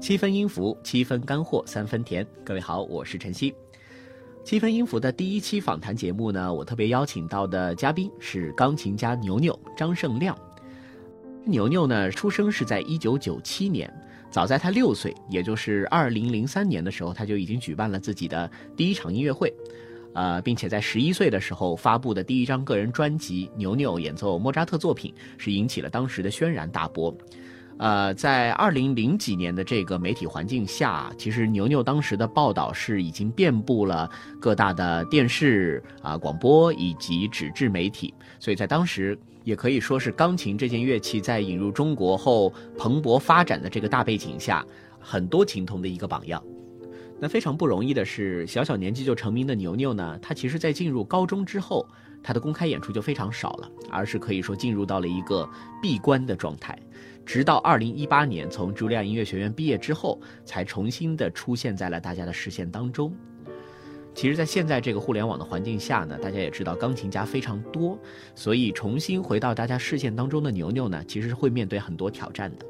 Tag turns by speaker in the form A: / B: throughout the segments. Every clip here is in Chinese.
A: 七分音符，七分干货，三分甜。各位好，我是晨曦。七分音符的第一期访谈节目呢，我特别邀请到的嘉宾是钢琴家牛牛张胜亮。牛牛呢，出生是在一九九七年，早在他六岁，也就是二零零三年的时候，他就已经举办了自己的第一场音乐会，呃，并且在十一岁的时候发布的第一张个人专辑《牛牛演奏莫扎特作品》是引起了当时的轩然大波。呃，在二零零几年的这个媒体环境下，其实牛牛当时的报道是已经遍布了各大的电视啊、广播以及纸质媒体，所以在当时也可以说是钢琴这件乐器在引入中国后蓬勃发展的这个大背景下，很多琴童的一个榜样。那非常不容易的是，小小年纪就成名的牛牛呢，他其实在进入高中之后，他的公开演出就非常少了，而是可以说进入到了一个闭关的状态。直到二零一八年从茱莉亚音乐学院毕业之后，才重新的出现在了大家的视线当中。其实，在现在这个互联网的环境下呢，大家也知道钢琴家非常多，所以重新回到大家视线当中的牛牛呢，其实是会面对很多挑战的。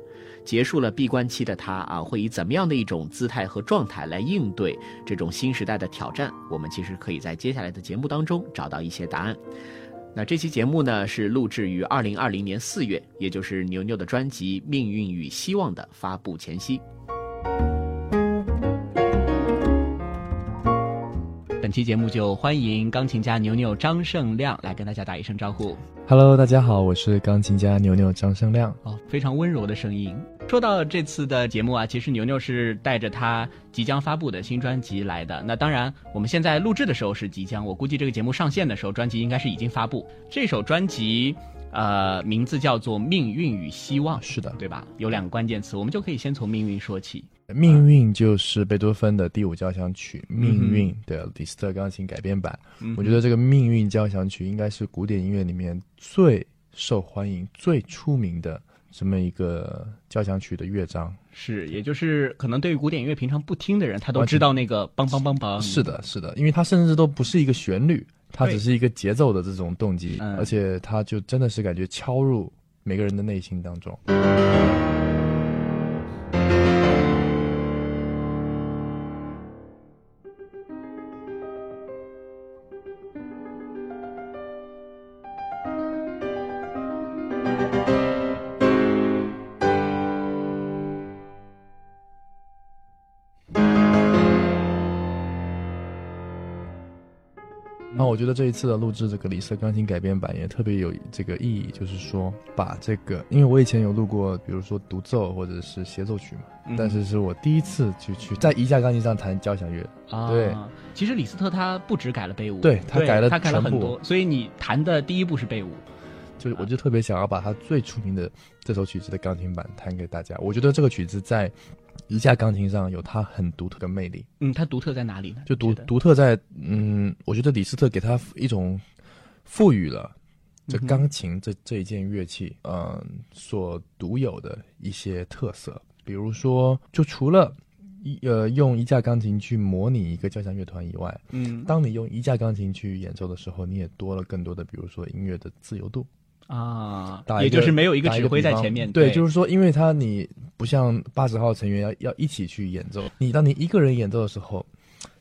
A: 结束了闭关期的他啊，会以怎么样的一种姿态和状态来应对这种新时代的挑战？我们其实可以在接下来的节目当中找到一些答案。那这期节目呢，是录制于二零二零年四月，也就是牛牛的专辑《命运与希望》的发布前夕。本期节目就欢迎钢琴家牛牛张胜亮来跟大家打一声招呼。
B: Hello，大家好，我是钢琴家牛牛张生亮。
A: 哦，非常温柔的声音。说到这次的节目啊，其实牛牛是带着他即将发布的新专辑来的。那当然，我们现在录制的时候是即将，我估计这个节目上线的时候，专辑应该是已经发布。这首专辑，呃，名字叫做《命运与希望》，
B: 啊是的，
A: 对吧？有两个关键词，我们就可以先从命运说起。
B: 命运就是贝多芬的第五交响曲《命运》的李斯特钢琴改编版。
A: 嗯
B: 我觉得这个《命运》交响曲应该是古典音乐里面最受欢迎、最出名的这么一个交响曲的乐章。
A: 是，也就是可能对于古典音乐平常不听的人，他都
B: 完全
A: 知道那个梆梆梆梆。
B: 啊是的，是的，因为它甚至都不是一个旋律，它
A: 对
B: 只是一个节奏的这种动机，
A: 嗯
B: 而且它就真的是感觉敲入每个人的内心当中。那我觉得这一次的录制这个李斯特钢琴改编版也特别有这个意义，就是说把这个，因为我以前有录过，比如说独奏或者是协奏曲嘛，
A: 嗯
B: 但是是我第一次去去在一架钢琴上弹交响乐，
A: 啊，
B: 对，
A: 其实李斯特他不止改了贝五，
B: 对他改了
A: 他改了
B: 全
A: 很
B: 部
A: 多，所以你弹的第一部是贝五，
B: 就是我就特别想要把它最出名的这首曲子的钢琴版弹给大家。我觉得这个曲子在一架钢琴上有它很独特的魅力，
A: 嗯，它独特在哪里呢？
B: 就独
A: 你觉得
B: 独特在嗯，我觉得李斯特给他一种赋予了这
A: 嗯哼
B: 钢琴这这一件乐器，嗯、所独有的一些特色。比如说，就除了一呃用一架钢琴去模拟一个交响乐团以外，
A: 嗯
B: 当你用一架钢琴去演奏的时候，你也多了更多的，比如说音乐的自由度。
A: 啊
B: 打，一
A: 也
B: 个
A: 就是没有一个
B: 打
A: 指挥
B: 比
A: 在
B: 方
A: 前面，
B: 对，
A: 对，
B: 就是是说，因为他你不像八十号成员要要一起去演奏，你当你一个人演奏的时候，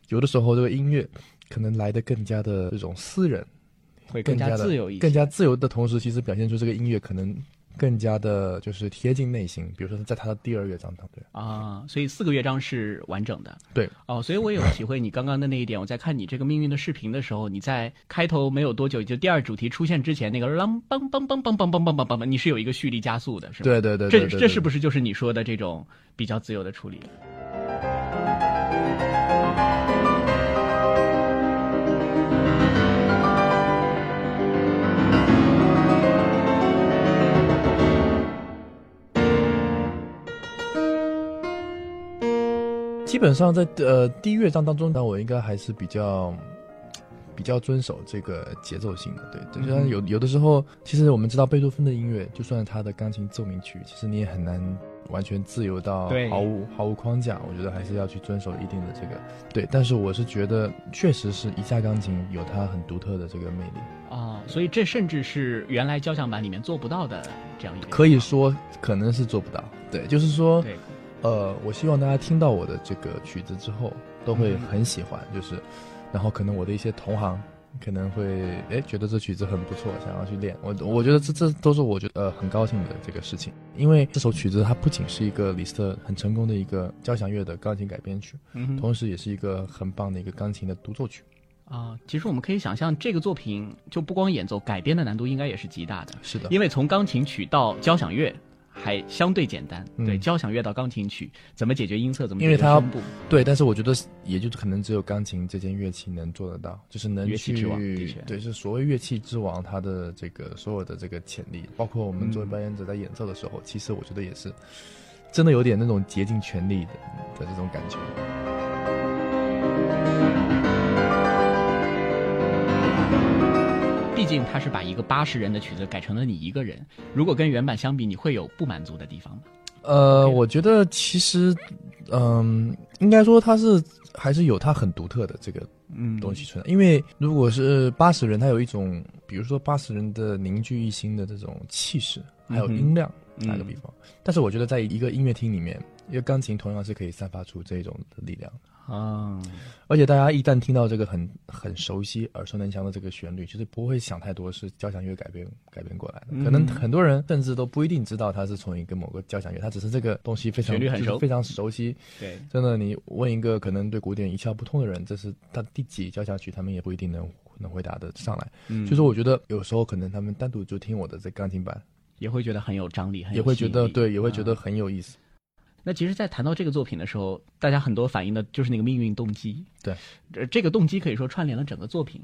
B: 有的时候这个音乐可能来的更加的这种私人，
A: 会
B: 更
A: 加
B: 加的
A: 自由一些，
B: 更加自由的同时，其实表现出这个音乐可能更加的就是贴近内心。比如说在他的第二乐章当中，
A: 啊，所以四个乐章是完整的。
B: 对，
A: 哦，所以我有体会你刚刚的那一点。我在看你这个命运的视频的时候，你在开头没有多久，就第二主题出现之前，那个啷梆梆梆梆梆梆梆梆梆梆，你是有一个蓄力加速的，是吗？
B: 对对对对对
A: 这
B: 对
A: 这是不是就是你说的这种比较自由的处理？
B: 基本上在呃第一乐章当中，那我应该还是比较比较遵守这个节奏性的。对，就像有有的时候，其实我们知道贝多芬的音乐，就算他的钢琴奏鸣曲，其实你也很难完全自由到
A: 对
B: 毫无毫无框架。我觉得还是要去遵守一定的这个对。但是我是觉得，确实是一架钢琴有它很独特的这个魅力。
A: 哦，所以这甚至是原来交响版里面做不到的这样一个地方。
B: 可以说可能是做不到。对，就是说，
A: 对，
B: 呃，我希望大家听到我的这个曲子之后，都会很喜欢，就是，然后可能我的一些同行可能会哎觉得这曲子很不错，想要去练。我我觉得这这都是我觉得呃很高兴的这个事情，因为这首曲子它不仅是一个李斯特很成功的一个交响乐的钢琴改编曲，
A: 嗯哼
B: 同时也是一个很棒的一个钢琴的独奏曲。
A: 啊，其实我们可以想象，这个作品就不光演奏，改编的难度应该也是极大的，
B: 是的，
A: 因为从钢琴曲到交响乐。还相对简单，
B: 嗯
A: 对交响乐到钢琴曲，怎么解决音色，怎么
B: 因为
A: 解决
B: 它要
A: 声部，
B: 对，但是我觉得也就可能只有钢琴这件乐器能做得到，就是能
A: 乐器之王的
B: 去
A: 确
B: 对，是所谓乐器之王，它的这个所有的这个潜力，包括我们
A: 嗯
B: 作为表演者在演奏的时候，其实我觉得也是真的有点那种竭尽全力的的这种感觉。
A: 毕竟他是把一个八十人的曲子改成了你一个人。如果跟原版相比，你会有不满足的地方吗？
B: 呃，
A: OK
B: 我觉得其实，嗯、应该说它是还是有它很独特的这个
A: 嗯
B: 东西存在。因为如果是八十人，他有一种，比如说八十人的凝聚一心的这种气势，还有
A: 嗯哼
B: 音量，打个比方。但是我觉得在一个音乐厅里面，一个钢琴同样是可以散发出这种的力量。
A: 啊，
B: 而且大家一旦听到这个很很熟悉、耳熟能详的这个旋律，其实不会想太多是交响乐改编改编过来的。可能
A: 嗯
B: 很多人甚至都不一定知道它是从一个某个交响乐，它只是这个东西非常
A: 旋律很
B: 就是
A: 熟
B: 非常熟悉。
A: 对，
B: 真的，你问一个可能对古典一窍不通的人，这是他第几交响曲，他们也不一定能能回答的上来。
A: 嗯
B: 所以说，我觉得有时候可能他们单独就听我的这钢琴版，
A: 也会觉得很有张力，很有
B: 也会
A: 吸
B: 觉
A: 引
B: 得
A: 力
B: 对，也会觉得
A: 嗯
B: 很有意思。
A: 那其实，在谈到这个作品的时候，大家很多反映的就是那个命运动机。
B: 对
A: 呃，这个动机可以说串联了整个作品。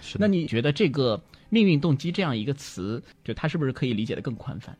B: 是
A: 那
B: 的，
A: 你觉得这个“命运动机”这样一个词，就它是不是可以理解的更宽泛？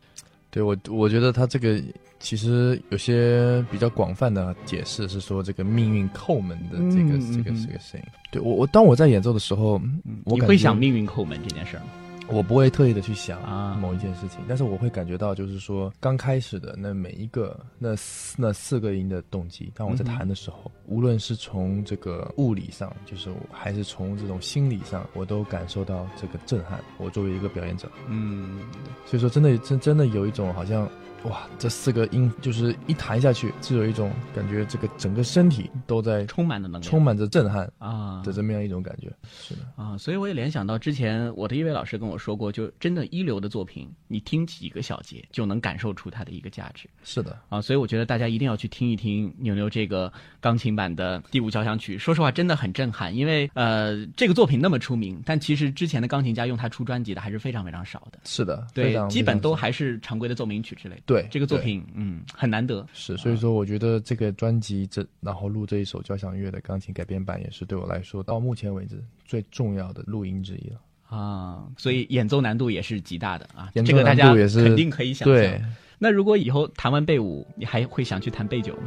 B: 对我我觉得他这个其实有些比较广泛的解释是说这个命运叩门的这个、
A: 嗯
B: 这个
A: 嗯嗯
B: 这个声音。对我我当我在演奏的时候，嗯我
A: 你
B: 感
A: 会
B: 觉
A: 想命运叩门这件事儿吗？
B: 我不会特意的去想
A: 啊
B: 某一件事情，但是我会感觉到，就是说刚开始的那每一个那四那四个音的动机，当我在
A: 嗯哼
B: 弹的时候，无论是从这个物理上，就是我还是从这种心理上，我都感受到这个震撼。我作为一个表演者，
A: 嗯，
B: 所以说真的真真的有一种好像。哇，这四个音就是一弹下去，就有一种感觉，这个整个身体都在
A: 充满了能量，
B: 充满着震撼
A: 啊
B: 的这么样一种感觉。是的，
A: 啊！所以我也联想到之前我的一位老师跟我说过，就真的一流的作品，你听几个小节就能感受出它的一个价值。
B: 是的，
A: 啊，所以我觉得大家一定要去听一听牛牛这个钢琴版的第五交响曲。说实话，真的很震撼，因为呃，这个作品那么出名，但其实之前的钢琴家用它出专辑的还是非常非常少的，
B: 是的，非
A: 对，
B: 常
A: 基
B: 非
A: 本
B: 常
A: 都还是常规的奏鸣曲之类的。
B: 对
A: 这个作
B: 对
A: 品，嗯，很难得。
B: 是，所以说我觉得这个专辑这，然后录这一首交响乐的钢琴改编版，也是对我来说到目前为止最重要的录音之一了。
A: 啊，所以演奏难度也是极大的啊，
B: 演
A: 这
B: 奏
A: 个大
B: 难
A: 家
B: 度也是
A: 肯定可以想象。
B: 对，
A: 那如果以后弹完贝五，你还会想去弹贝九吗？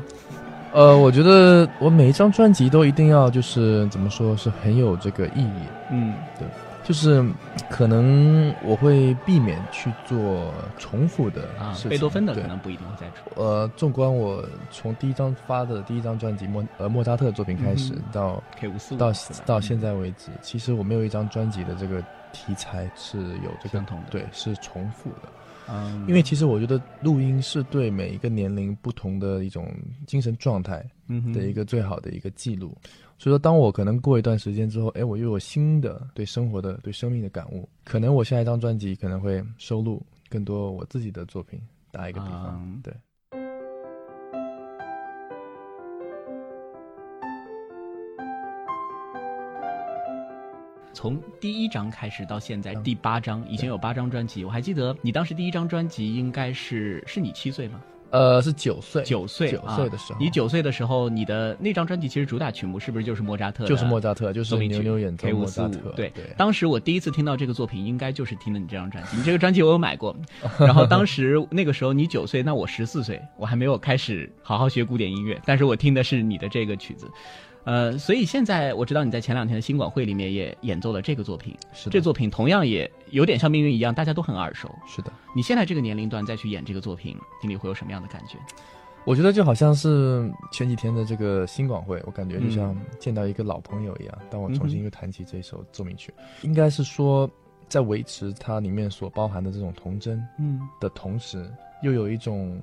B: 呃，我觉得我每一张专辑都一定要就是怎么说是很有这个意义，
A: 嗯
B: 就是可能我会避免去做重复的
A: 啊
B: 事情。，
A: 贝多芬的可
B: 对
A: 能不一定会再出。
B: 呃，纵观我从第一张发的第一张专辑莫呃莫扎特的作品开始
A: 嗯哼
B: 到
A: K 五四五
B: 到到现在为止，其实我没有一张专辑的这个题材是有这个
A: 相同的
B: 对，是重复的。
A: 嗯，
B: 因为其实我觉得录音是对每一个年龄不同的一种精神状态的一
A: 个
B: 个最好的一个记录。所以说，当我可能过一段时间之后，哎，我又有新的对生活的、对生命的感悟，可能我下一张专辑可能会收录更多我自己的作品。打一
A: 一
B: 个比方，
A: 嗯
B: 对。
A: 从第一张开始到现在
B: 嗯
A: 第八张，已经有八张专辑。我还记得你当时第一张专辑应该是是你七岁吗？
B: 呃，是九岁，
A: 九岁，
B: 九岁的时
A: 啊，
B: 候
A: 你九岁的时候，你的那张专辑其实主打曲目是不是就是莫扎特的？
B: 就是莫扎特，就是
A: 奏鸣曲
B: 牛牛演奏
A: K
B: 莫
A: 五四
B: 扎
A: 五
B: 特，，
A: 对
B: 对，
A: 当时我第一次听到这个作品，应该就是听的你这张专辑。你这个专辑我有买过，然后当时那个时候你九岁，那我十四岁，我还没有开始好好学古典音乐，但是我听的是你的这个曲子，呃，所以现在我知道你在前两天的新广汇里面也演奏了这个作品，
B: 是的
A: 这作品同样也有点像命运一样，大家都很耳熟。
B: 是的。
A: 你现在这个年龄段再去演这个作品，心里会有什么样的感觉？
B: 我觉得就好像是前几天的这个新广会，我感觉就
A: 嗯
B: 像见到一个老朋友一样。当我重新又弹起这首奏鸣曲，应该是说在维持它里面所包含的这种童真
A: 嗯，
B: 的同时，又有一种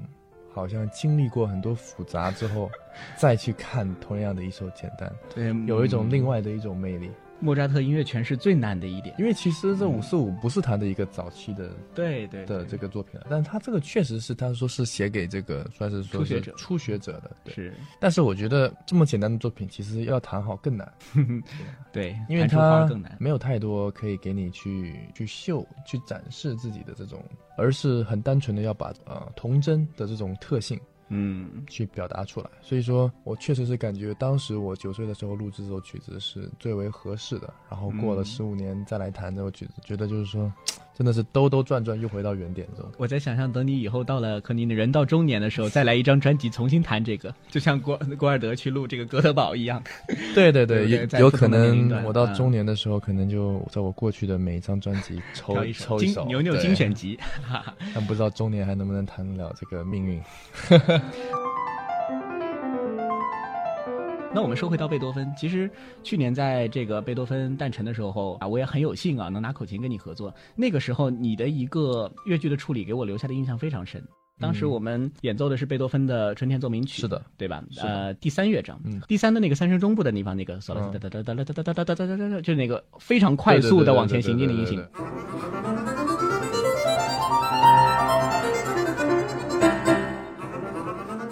B: 好像经历过很多复杂之后，再去看同样的一首简单，
A: 对，
B: 有一种
A: 嗯
B: 另外的一种魅力。
A: 莫扎特音乐全是最难的一点。
B: 因为其实这五四五不是他的一个早期
A: 嗯
B: 的
A: 对对
B: 的这
A: 个
B: 个作品了，啊但他这个确实是他说是写给这个算是说
A: 初学
B: 是
A: 者
B: 初学者的，对。
A: 是
B: 但是我觉得这么简单的作品，其实要弹好更难，
A: 对，
B: 因为
A: 弹出花
B: 它
A: 儿更难。
B: 没有太多可以给你去去秀、去展示自己的这种，而是很单纯的要把呃童真的这种特性
A: 嗯
B: 去表达出来。所以说我确实是感觉当时我九岁的时候录制这首曲子是最为合适的，然后过了
A: 嗯
B: 十五年再来弹这首曲子，觉得就是说真的是兜兜转转又回到原点 这种。
A: 我在想象，等你以后到了，可你人到中年的时候，再来一张专辑重新弹这个，就像郭郭尔德去录这个哥德堡一样。
B: 对对
A: 对不对在
B: 有有
A: 不
B: 可
A: 同的年龄
B: 能
A: 段
B: 我到
A: 嗯
B: 中年的时候，可能就在我过去的每一张专辑抽
A: 挑一
B: 抽一
A: 精
B: 首
A: 牛牛
B: 对
A: 精选集。
B: 但不知道中年还能不能谈得了这个命运。
A: 那我们说回到贝多芬，其实去年在这个贝多芬诞辰的时候啊，我也很有幸啊，能拿口琴跟你合作。那个时候你的一个乐剧的处理给我留下的印象非常深。当时我们演奏的是贝多芬的《春天奏鸣曲》，
B: 嗯是的，
A: 对吧？
B: 是的
A: 呃，第三乐章，
B: 嗯
A: 第三的那个三声中部的地方，那个嗖啦哒
B: 嗯
A: 哒哒哒哒哒哒哒哒哒哒哒哒，就是那个非常 快速的往前行进的音型。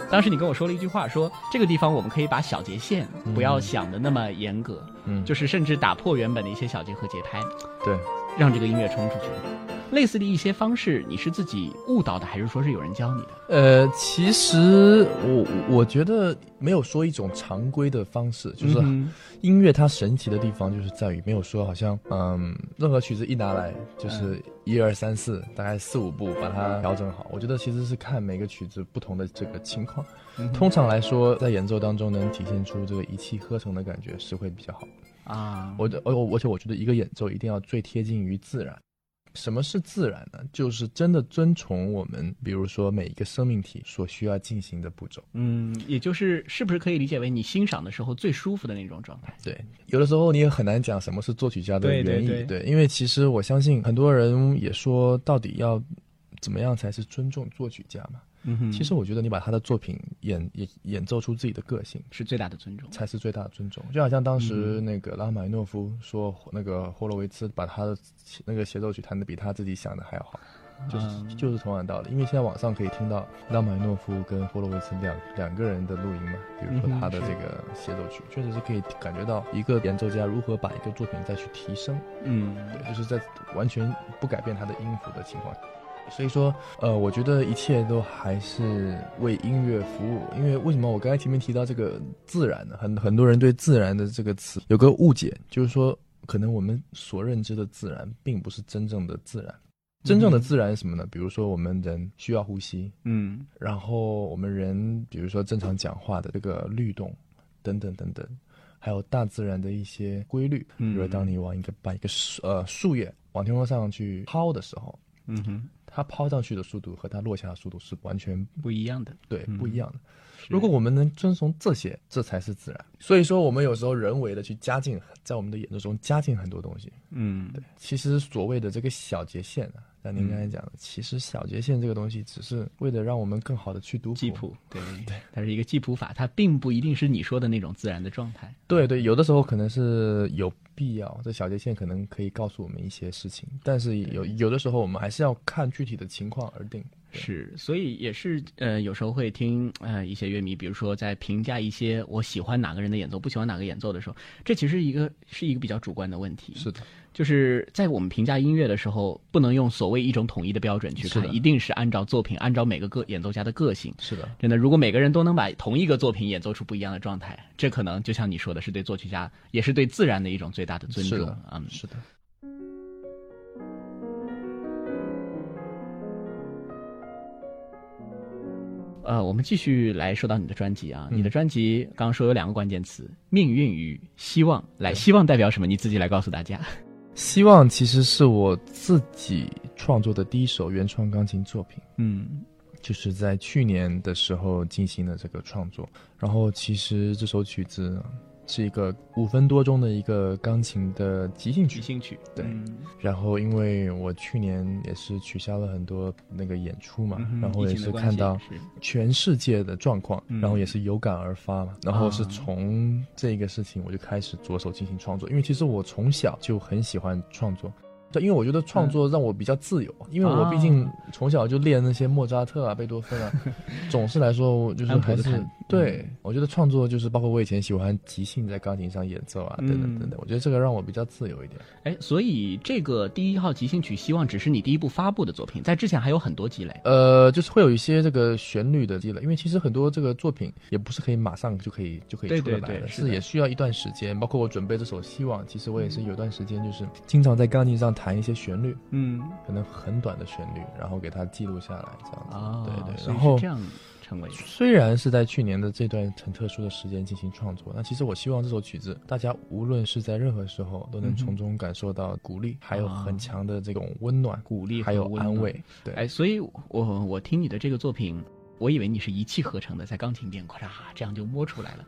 A: 当时你跟我说了一句话，说这个地方我们可以把小节线不要想的那么严格，
B: 嗯
A: 就是甚至打破原本的一些小节和节拍，
B: 对，
A: 让这个音乐冲出去。类似的一些方式，你是自己悟到的，还是说是有人教你的？
B: 呃，其实我我觉得没有说一种常规的方式，就是
A: 嗯
B: 音乐它神奇的地方就是在于没有说好像嗯，任何曲子一拿来就是
A: 嗯
B: 一二三四，大概四五步把它调整好。我觉得其实是看每个曲子不同的这个情况。
A: 嗯哼
B: 通常来说，在演奏当中能体现出这个一气呵成的感觉是会比较好。
A: 啊，
B: 我的而我而且我觉得一个演奏一定要最贴近于自然。什么是自然呢？就是真的遵从我们，比如说每一个生命体所需要进行的步骤。
A: 嗯，也就是是不是可以理解为你欣赏的时候最舒服的那种状态？
B: 对，有的时候你也很难讲什么是作曲家的
A: 对对
B: 原意，
A: 对
B: 因为其实我相信很多人也说，到底要怎么样才是尊重作曲家嘛？
A: 嗯哼
B: 其实我觉得你把他的作品演演演奏出自己的个性，
A: 是最大的尊重。
B: 才是最大的尊重。就好像当时
A: 嗯
B: 那个拉赫玛尼诺夫说，那个霍洛维茨把他的那个协奏曲弹得比他自己想的还要好，就是、
A: 嗯
B: 就是同样的道理。因为现在网上可以听到拉赫玛尼诺夫跟霍洛维茨两两个人的录音嘛，比如
A: 嗯
B: 说
A: 哼
B: 他的
A: 是
B: 这个协奏曲，确实是可以感觉到一个演奏家如何把一个作品再去提升。
A: 嗯，
B: 就是在完全不改变它的音符的情况。所以说，呃，我觉得一切都还是为音乐服务。因为为什么我刚才前面提到这个自然呢？很很多人对“自然”的这个词有个误解，就是说，可能我们所认知的自然，并不是真正的自然。真正的自然是什么呢？比如说，我们人需要呼吸，
A: 嗯
B: 然后我们人，比如说正常讲话的这个律动，等等等等，还有大自然的一些规律。
A: 嗯
B: 比如当你往一个把一个树呃树叶往天空上去抛的时候，
A: 嗯哼，
B: 它抛上去的速度和它落下的速度是完全
A: 不一样的。
B: 对
A: 嗯
B: 不一样的。
A: 是
B: 如果我们能遵从这些，这才是自然。所以说，我们有时候人为的去加进，在我们的演奏中加进很多东西。
A: 嗯对
B: 其实所谓的这个小节线啊，像您刚
A: 嗯
B: 才讲的，其实小节线这个东西，只是为了让我们更好的去读谱
A: 记谱，对对，它是一个记谱法，它并不一定是你说的那种自然的状态。
B: 对对，有的时候可能是有必要，这小节线可能可以告诉我们一些事情，但是有有的时候我们还是要看具体的情况而定。
A: 是，所以也是呃，有时候会听呃一些乐迷，比如说在评价一些我喜欢哪个人的演奏，不喜欢哪个演奏的时候，这其实一个是一个比较主观的问题。
B: 是的，
A: 就是在我们评价音乐的时候，不能用所谓一种统一的标准去
B: 是的
A: 看，一定是按照作品，按照每个个演奏家的个性。
B: 是的，
A: 真的，如果每个人都能把同一个作品演奏出不一样的状态，这可能就像你说的，是对作曲家，也是对自然的一种最大的尊
B: 是
A: 重
B: 的。
A: 嗯，
B: 是的。
A: 呃，我们继续来说到你的专辑啊，
B: 嗯
A: 你的专辑刚刚说有两个关键词：命运与希望。来，希望代表什么？你自己来告诉大家。
B: 希望其实是我自己创作的第一首原创钢琴作品，
A: 嗯，
B: 就是在去年的时候进行的这个创作。然后其实这首曲子是一个五分多钟的一个钢琴的即兴曲
A: 即，兴曲，
B: 对
A: 嗯
B: 然后因为我去年也是取消了很多那个演出嘛，
A: 嗯哼
B: 然后也
A: 疫情的
B: 是
A: 关系
B: 看到
A: 是
B: 全世界的状况，
A: 嗯
B: 然后也是有感而发嘛。然后是
A: 啊
B: 从这个事情我就开始着手进行创作，因为其实我从小就很喜欢创作。对，因为我觉得创
A: 嗯
B: 作让我比较自由，因为我毕竟
A: 啊
B: 从小就练那些莫扎特啊、贝多芬啊， 总是来说我就是
A: 安普
B: 还
A: 的
B: 是
A: 看嗯
B: 对，我觉得创作就是包括我以前喜欢即兴在钢琴上演奏啊，等等
A: 嗯
B: 等等，我觉得这个让我比较自由一点。
A: 哎，所以这个第一号即兴曲，希望只是你第一部发布的作品，在之前还有很多积累。
B: 呃，就是会有一些这个旋律的积累，因为其实很多这个作品也不是可以马上就可以就可以
A: 对
B: 出
A: 对
B: 得来
A: 对是
B: 是
A: 的
B: 也需要一段时间。包括我准备这首《希望》，其实我也是有段时间就是经常在钢琴上弹一些旋律，
A: 嗯，
B: 可能很短的旋律，然后给它记录下来这样子。
A: 啊，
B: 对对，
A: 所以
B: 然
A: 是
B: 后
A: 这。样成为的。
B: 虽然是在去年的这段很特殊的时间进行创作，那其实我希望这首曲子，大家无论是在任何时候，都
A: 嗯
B: 能
A: 哼
B: 从中感受到鼓励，还有
A: 啊
B: 很强的这种温暖，
A: 鼓励和
B: 还有
A: 温
B: 安
A: 暖
B: 慰。对，
A: 哎，所以我我听你的这个作品，我以为你是一气呵成的，在钢琴边咔嚓这样就摸出来了。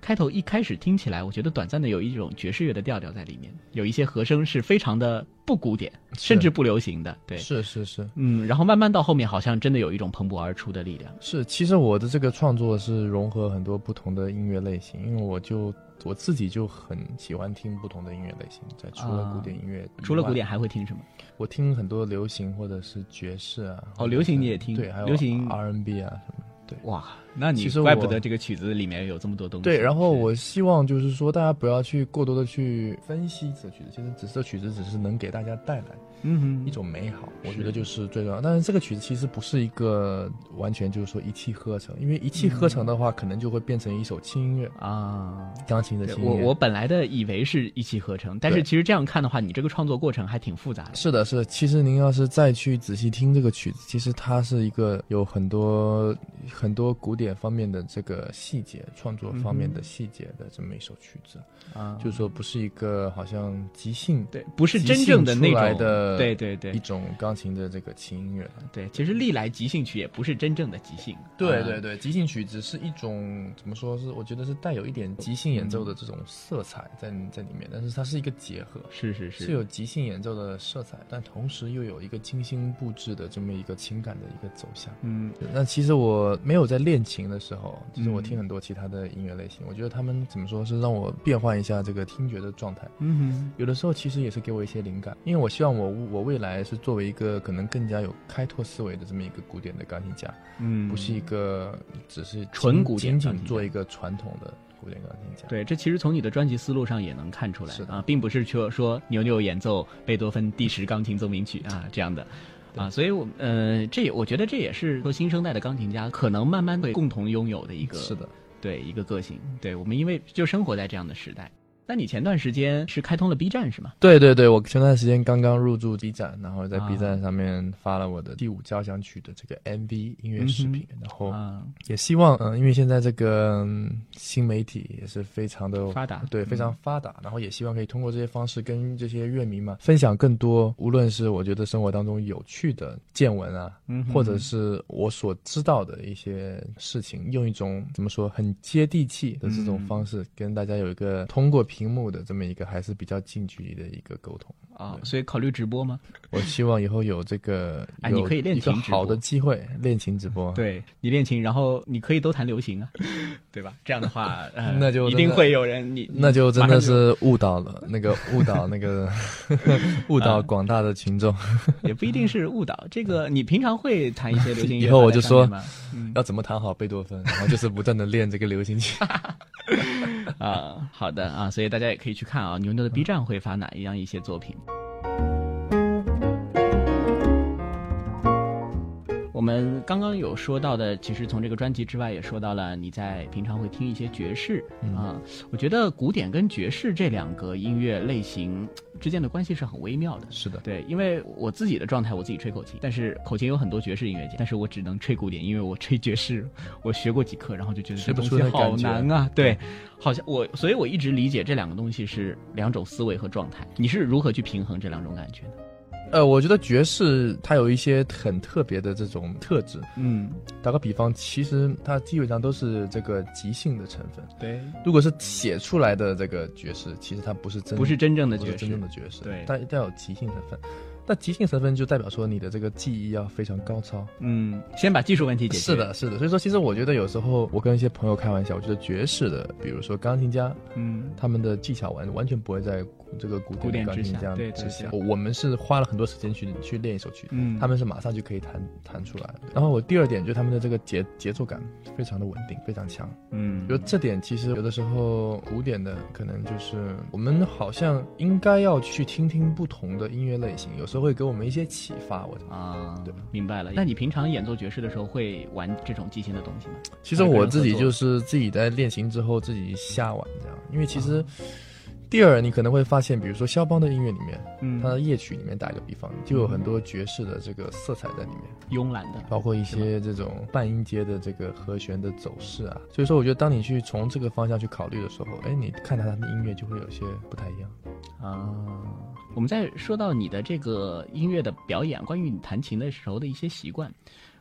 A: 开头一开始听起来，我觉得短暂的有一种爵士乐的调调在里面，有一些和声是非常的不古典，
B: 是
A: 甚至不流行的。对，
B: 是是是，
A: 嗯，然后慢慢到后面，好像真的有一种蓬勃而出的力量。
B: 是，其实我的这个创作是融合很多不同的音乐类型，因为我就我自己就很喜欢听不同的音乐类型，在除了古典音乐、
A: 啊除了古，典，还会听什么？
B: 我听很多流行或者是爵士啊。
A: 哦流行你也听
B: 对，还有
A: 流行嗯
B: R&B 啊什么。
A: 哇，那你
B: 其实
A: 怪
B: 我
A: 不得这个曲子里面有这么多东西。
B: 对，然后
A: 是
B: 我希望就是说，大家不要去过多的去分析这曲子，其实只是这曲子只是能给大家带来
A: 嗯哼
B: 一种美好，我
A: 是
B: 觉得就是最重要。但是这个曲子其实不是一个完全就是说一气呵成，因为一
A: 嗯
B: 气呵成的话，可能就会变成一首轻音乐，
A: 啊。
B: 钢琴的
A: 对
B: 轻音乐。
A: 我我本来的以为是一气呵成，但是
B: 对
A: 其实这样看的话，你这个创作过程还挺复杂的。
B: 是的，是的。其实您要是再去仔细听这个曲子，其实它是一个有很多很多古典方面的这个细节，创作方面的细节的这么一首曲子。
A: 啊
B: 就是说，不是一个好像即兴
A: 对，不是真正的那
B: 即兴出来
A: 种
B: 的
A: 对对
B: 一
A: 对
B: 种钢琴的这个轻音乐。
A: 对，其实历来即兴曲也不是真正的即兴。
B: 对
A: 啊
B: 对对，即兴曲只是一种怎么说是，我觉得是带有一点即兴演奏的这种色彩在在里面，但是它是一个结合。
A: 是是
B: 是有即兴演奏的色彩，但同时又有一个精心布置的这么一个情感的一个走向。
A: 嗯
B: 那其实我没有在练琴的时候，其实我
A: 嗯
B: 听很多其他的音乐类型，我觉得他们怎么说是让我变换一下这个听觉的状态。
A: 嗯哼
B: 有的时候其实也是给我一些灵感，因为我希望我我未来是作为一个可能更加有开拓思维的这么一个古典的钢琴家，
A: 嗯
B: 不是一个只是
A: 纯
B: 仅
A: 古典
B: 仅
A: 钢
B: 仅
A: 琴
B: 做
A: 家
B: 一个传统的古典钢琴家。
A: 对，这其实从你的专辑思路上也能看出来
B: 是的
A: 啊，并不是说说牛牛演奏贝多芬第十钢琴奏鸣曲啊这样的。啊，所以我，呃，这也我觉得这也是说新生代的钢琴家可能慢慢会共同拥有的一个
B: 是的，
A: 对一个个性。对我们，因为就生活在这样的时代。那你前段时间是开通了 B 站是吗？
B: 对对对，我前段时间刚刚入驻 B 站，然后在
A: 啊
B: B 站上面发了我的第五交响曲的这个 MV 音乐视频，然后
A: 啊，
B: 也希望，嗯、因为现在这个、嗯新媒体也是非常的
A: 发达
B: 哦
A: 嗯
B: 对，非常发达，然后也希望可以通过这些方式跟这些乐迷们分享更多，无论是我觉得生活当中有趣的见闻啊，
A: 嗯哼
B: 或者是我所知道的一些事情，用一种怎么说很接地气的这种
A: 嗯
B: 方式，跟大家有一个通过屏幕的这么一个还是比较近距离的一个沟通。
A: 啊，所以考虑直播吗？
B: 我希望以后有这个，
A: 哎
B: 有
A: 你可以练
B: 一个
A: 琴直播
B: 好的机会练琴直播，。
A: 对你练琴，然后你可以都弹流行 啊，对吧？这样的话，呃、
B: 那就
A: 一
B: 真
A: 定
B: 的
A: 会有人你
B: 那就真
A: 马上
B: 的
A: 就是
B: 误导了那个误导那个 误导广大的群众，
A: 也不一定是误 导。这个你平常会弹一些流行音乐
B: 以后
A: 放
B: 我
A: 在
B: 就
A: 上
B: 说
A: 面吗
B: 要怎么弹好贝多芬，然后就是不断的练这个流行 曲。
A: 啊，好的啊，所以大家也可以去看啊，牛牛的 B 站会发哪一样一些作品。我们刚刚有说到的，其实从这个专辑之外，也说到了你在平常会听一些爵士
B: 嗯
A: 啊。我觉得古典跟爵士这两个音乐类型之间的关系是很微妙的。
B: 是的，
A: 对，因为我自己的状态，我自己吹口琴，但是口琴有很多爵士音乐节，但是我只能吹古典，因为我吹爵士，我学过几课，然后就觉得这
B: 吹不
A: 东
B: 出
A: 西
B: 那感
A: 好
B: 觉
A: 难啊。对，好像我，所以我一直理解这两个东西是两种思维和状态。你是如何去平衡这两种感觉的？
B: 呃，我觉得爵士它有一些很特别的这种特质。
A: 嗯，
B: 打个比方，其实它基本上都是这个即兴的成分。
A: 对，
B: 如果是写出来的这个爵士，其实它不是真
A: 不是真正的
B: 不是
A: 爵
B: 真正
A: 士，
B: 的爵士，
A: 对
B: 但带有即兴成分。但即兴成分就代表说你的这个技艺要非常高超。
A: 嗯，先把技术问题解决。
B: 是，的，是的。所以说，其实我觉得有时候我跟一些朋友开玩笑，我觉得爵士的，比如说钢琴家，
A: 嗯，
B: 他们的技巧完完全不会在古这个古
A: 古典
B: 典的钢
A: 之
B: 琴
A: 下
B: 家
A: 对对
B: 之下。
A: 对
B: 我我们是花了很多时间去去练一首曲子，
A: 嗯
B: 他们是马上就可以弹弹出来的。然后我第二点就是他们的这个节节奏感非常的稳定，非常强。
A: 嗯，
B: 就这点，其实有的时候古典的可能就是我们好像应该要去听听不同的音乐类型，有时候会给我们一些启发。我
A: 啊，
B: 对
A: 明白了。那你平常演奏爵士的时候会玩这种即兴的东西吗？
B: 其实我自己
A: 还是跟人合作
B: 就是自己在练琴之后自己瞎玩这样，因为其实。
A: 嗯
B: 第二，你可能会发现，比如说肖邦的音乐里面，
A: 嗯
B: 它的夜曲里面打一个比方，就有很多爵士的这个色彩在里面，
A: 慵懒的，
B: 包括一些这种半音阶的这个和弦的走势啊。所以说，我觉得当你去从这个方向去考虑的时候，哎，你看它的音乐就会有些不太一样。
A: 啊。我们在说到你的这个音乐的表演，关于你弹琴的时候的一些习惯，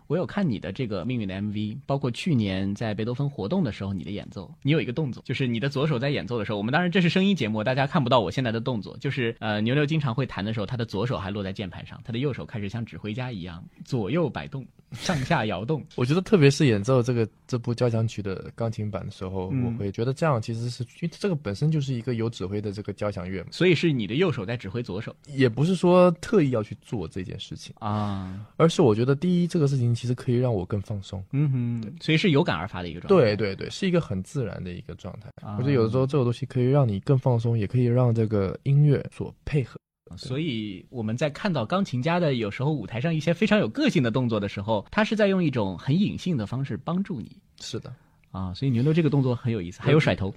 A: 我有看你的这个命运的 MV，包括去年在贝多芬活动的时候你的演奏，你有一个动作，就是你的左手在演奏的时候，我们当然这是声音节目，大家看不到我现在的动作，就是呃牛牛经常会弹的时候，他的左手还落在键盘上，他的右手开始像指挥家一样左右摆动，上下摇动，
B: 我觉得特别是演奏这个这部交响曲的钢琴版的时候，
A: 嗯
B: 我会觉得这样其实是因为这个本身就是一个有指挥的这个交响乐嘛，
A: 所以是你的右手在指挥左手
B: 也不是说特意要去做这件事情，
A: 啊，
B: 而是我觉得第一这个事情其实可以让我更放松。
A: 嗯哼，所以是有感而发的一个状态，
B: 对对对，是一个很自然的一个状态。
A: 啊
B: 我觉得有的时候这种东西可以让你更放松，也可以让这个音乐所配合。
A: 所以我们在看到钢琴家的有时候舞台上一些非常有个性的动作的时候，他是在用一种很隐性的方式帮助你
B: 是的，
A: 啊。所以牛牛这个动作很有意思，还有甩头，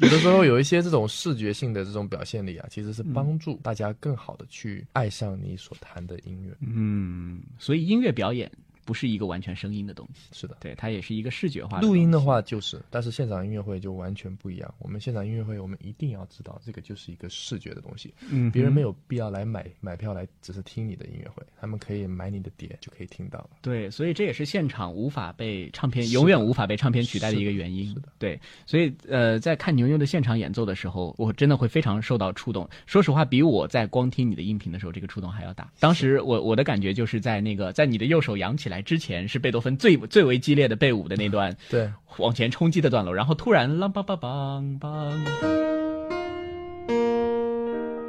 B: 有的时候有一些这种视觉性的这种表现力啊，其实是帮助大家更好的去爱上你所弹的音乐。
A: 嗯，所以音乐表演不是一个完全声音的东西，
B: 是的。
A: 对，它也是一个视觉化
B: 录音
A: 的
B: 的话就是，但是现场音乐会就完全不一样。我们现场音乐会，我们一定要知道这个就是一个视觉的东西，
A: 东西，嗯，
B: 别人没
A: 有
B: 有必要来买买票来只是听你的音乐会，他们可以买你的碟就可以听到了。
A: 对，所以这也是现场无法被唱片
B: 是的
A: 永远无法被唱片取代的一个原因
B: 是的是的。
A: 对，所以呃，在看牛牛的现场演奏的时候，我真的会非常受到触动。说实话，比我在光听你的音频的时候，这个触动还要大。当时我我的感觉就是在那个在你的右手扬起来之前，是贝多芬最最为激烈的贝五的那 段
B: 对，
A: 往前冲击的段落，然后突然啷梆梆梆梆，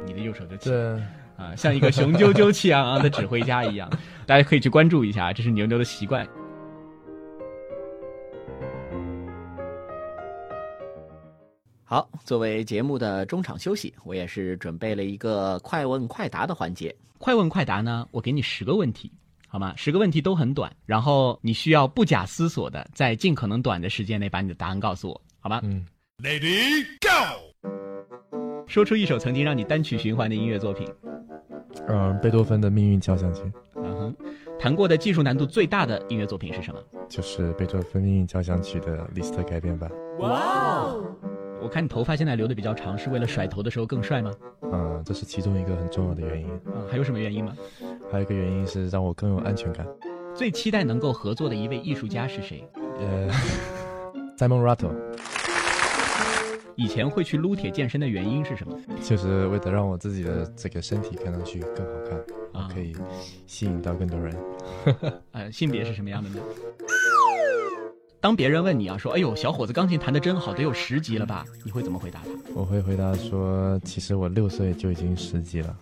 A: 你的右手就起来了
B: 这
A: 啊，像一个雄赳赳气昂昂的指挥家一样。大家可以去关注一下，这是牛牛的习惯。
C: 好，作为节目的中场休息，我也是准备了一个快问快答的环节。
A: 快问快答呢，我给你十个问题，好吗？十个问题都很短，然后你需要不假思索的，在尽可能短的时间内把你的答案告诉我，好吗？
B: 嗯，
D: Lady Go!
A: 说出一首曾经让你单曲循环的音乐作品。
B: 呃，贝多芬的命运交响曲
A: 嗯哼，弹过的技术难度最大的音乐作品是什么？
B: 就是贝多芬命运交响曲的李斯特改编版。
A: 我看你头发现在留的比较长，是为了甩头的时候更帅吗？
B: 嗯、这是其中一个很重要的原因，
A: 啊、还有什么原因吗？
B: 还有一个原因是让我更有安全感。
A: 最期待能够合作的一位艺术家是谁？
B: 呃 ，Simon Rattle
A: 以前会去撸铁健身的原因是什么？
B: 就是为了让我自己的这个身体看上去更好看。
A: 啊
B: 可以吸引到更多人。
A: 呃，性别是什么样的呢？当别人问你啊，说“哎呦，小伙子钢琴弹得真好，得有十级了吧？”你会怎么回答他？
B: 我会回答说，其实我六岁就已经十级了，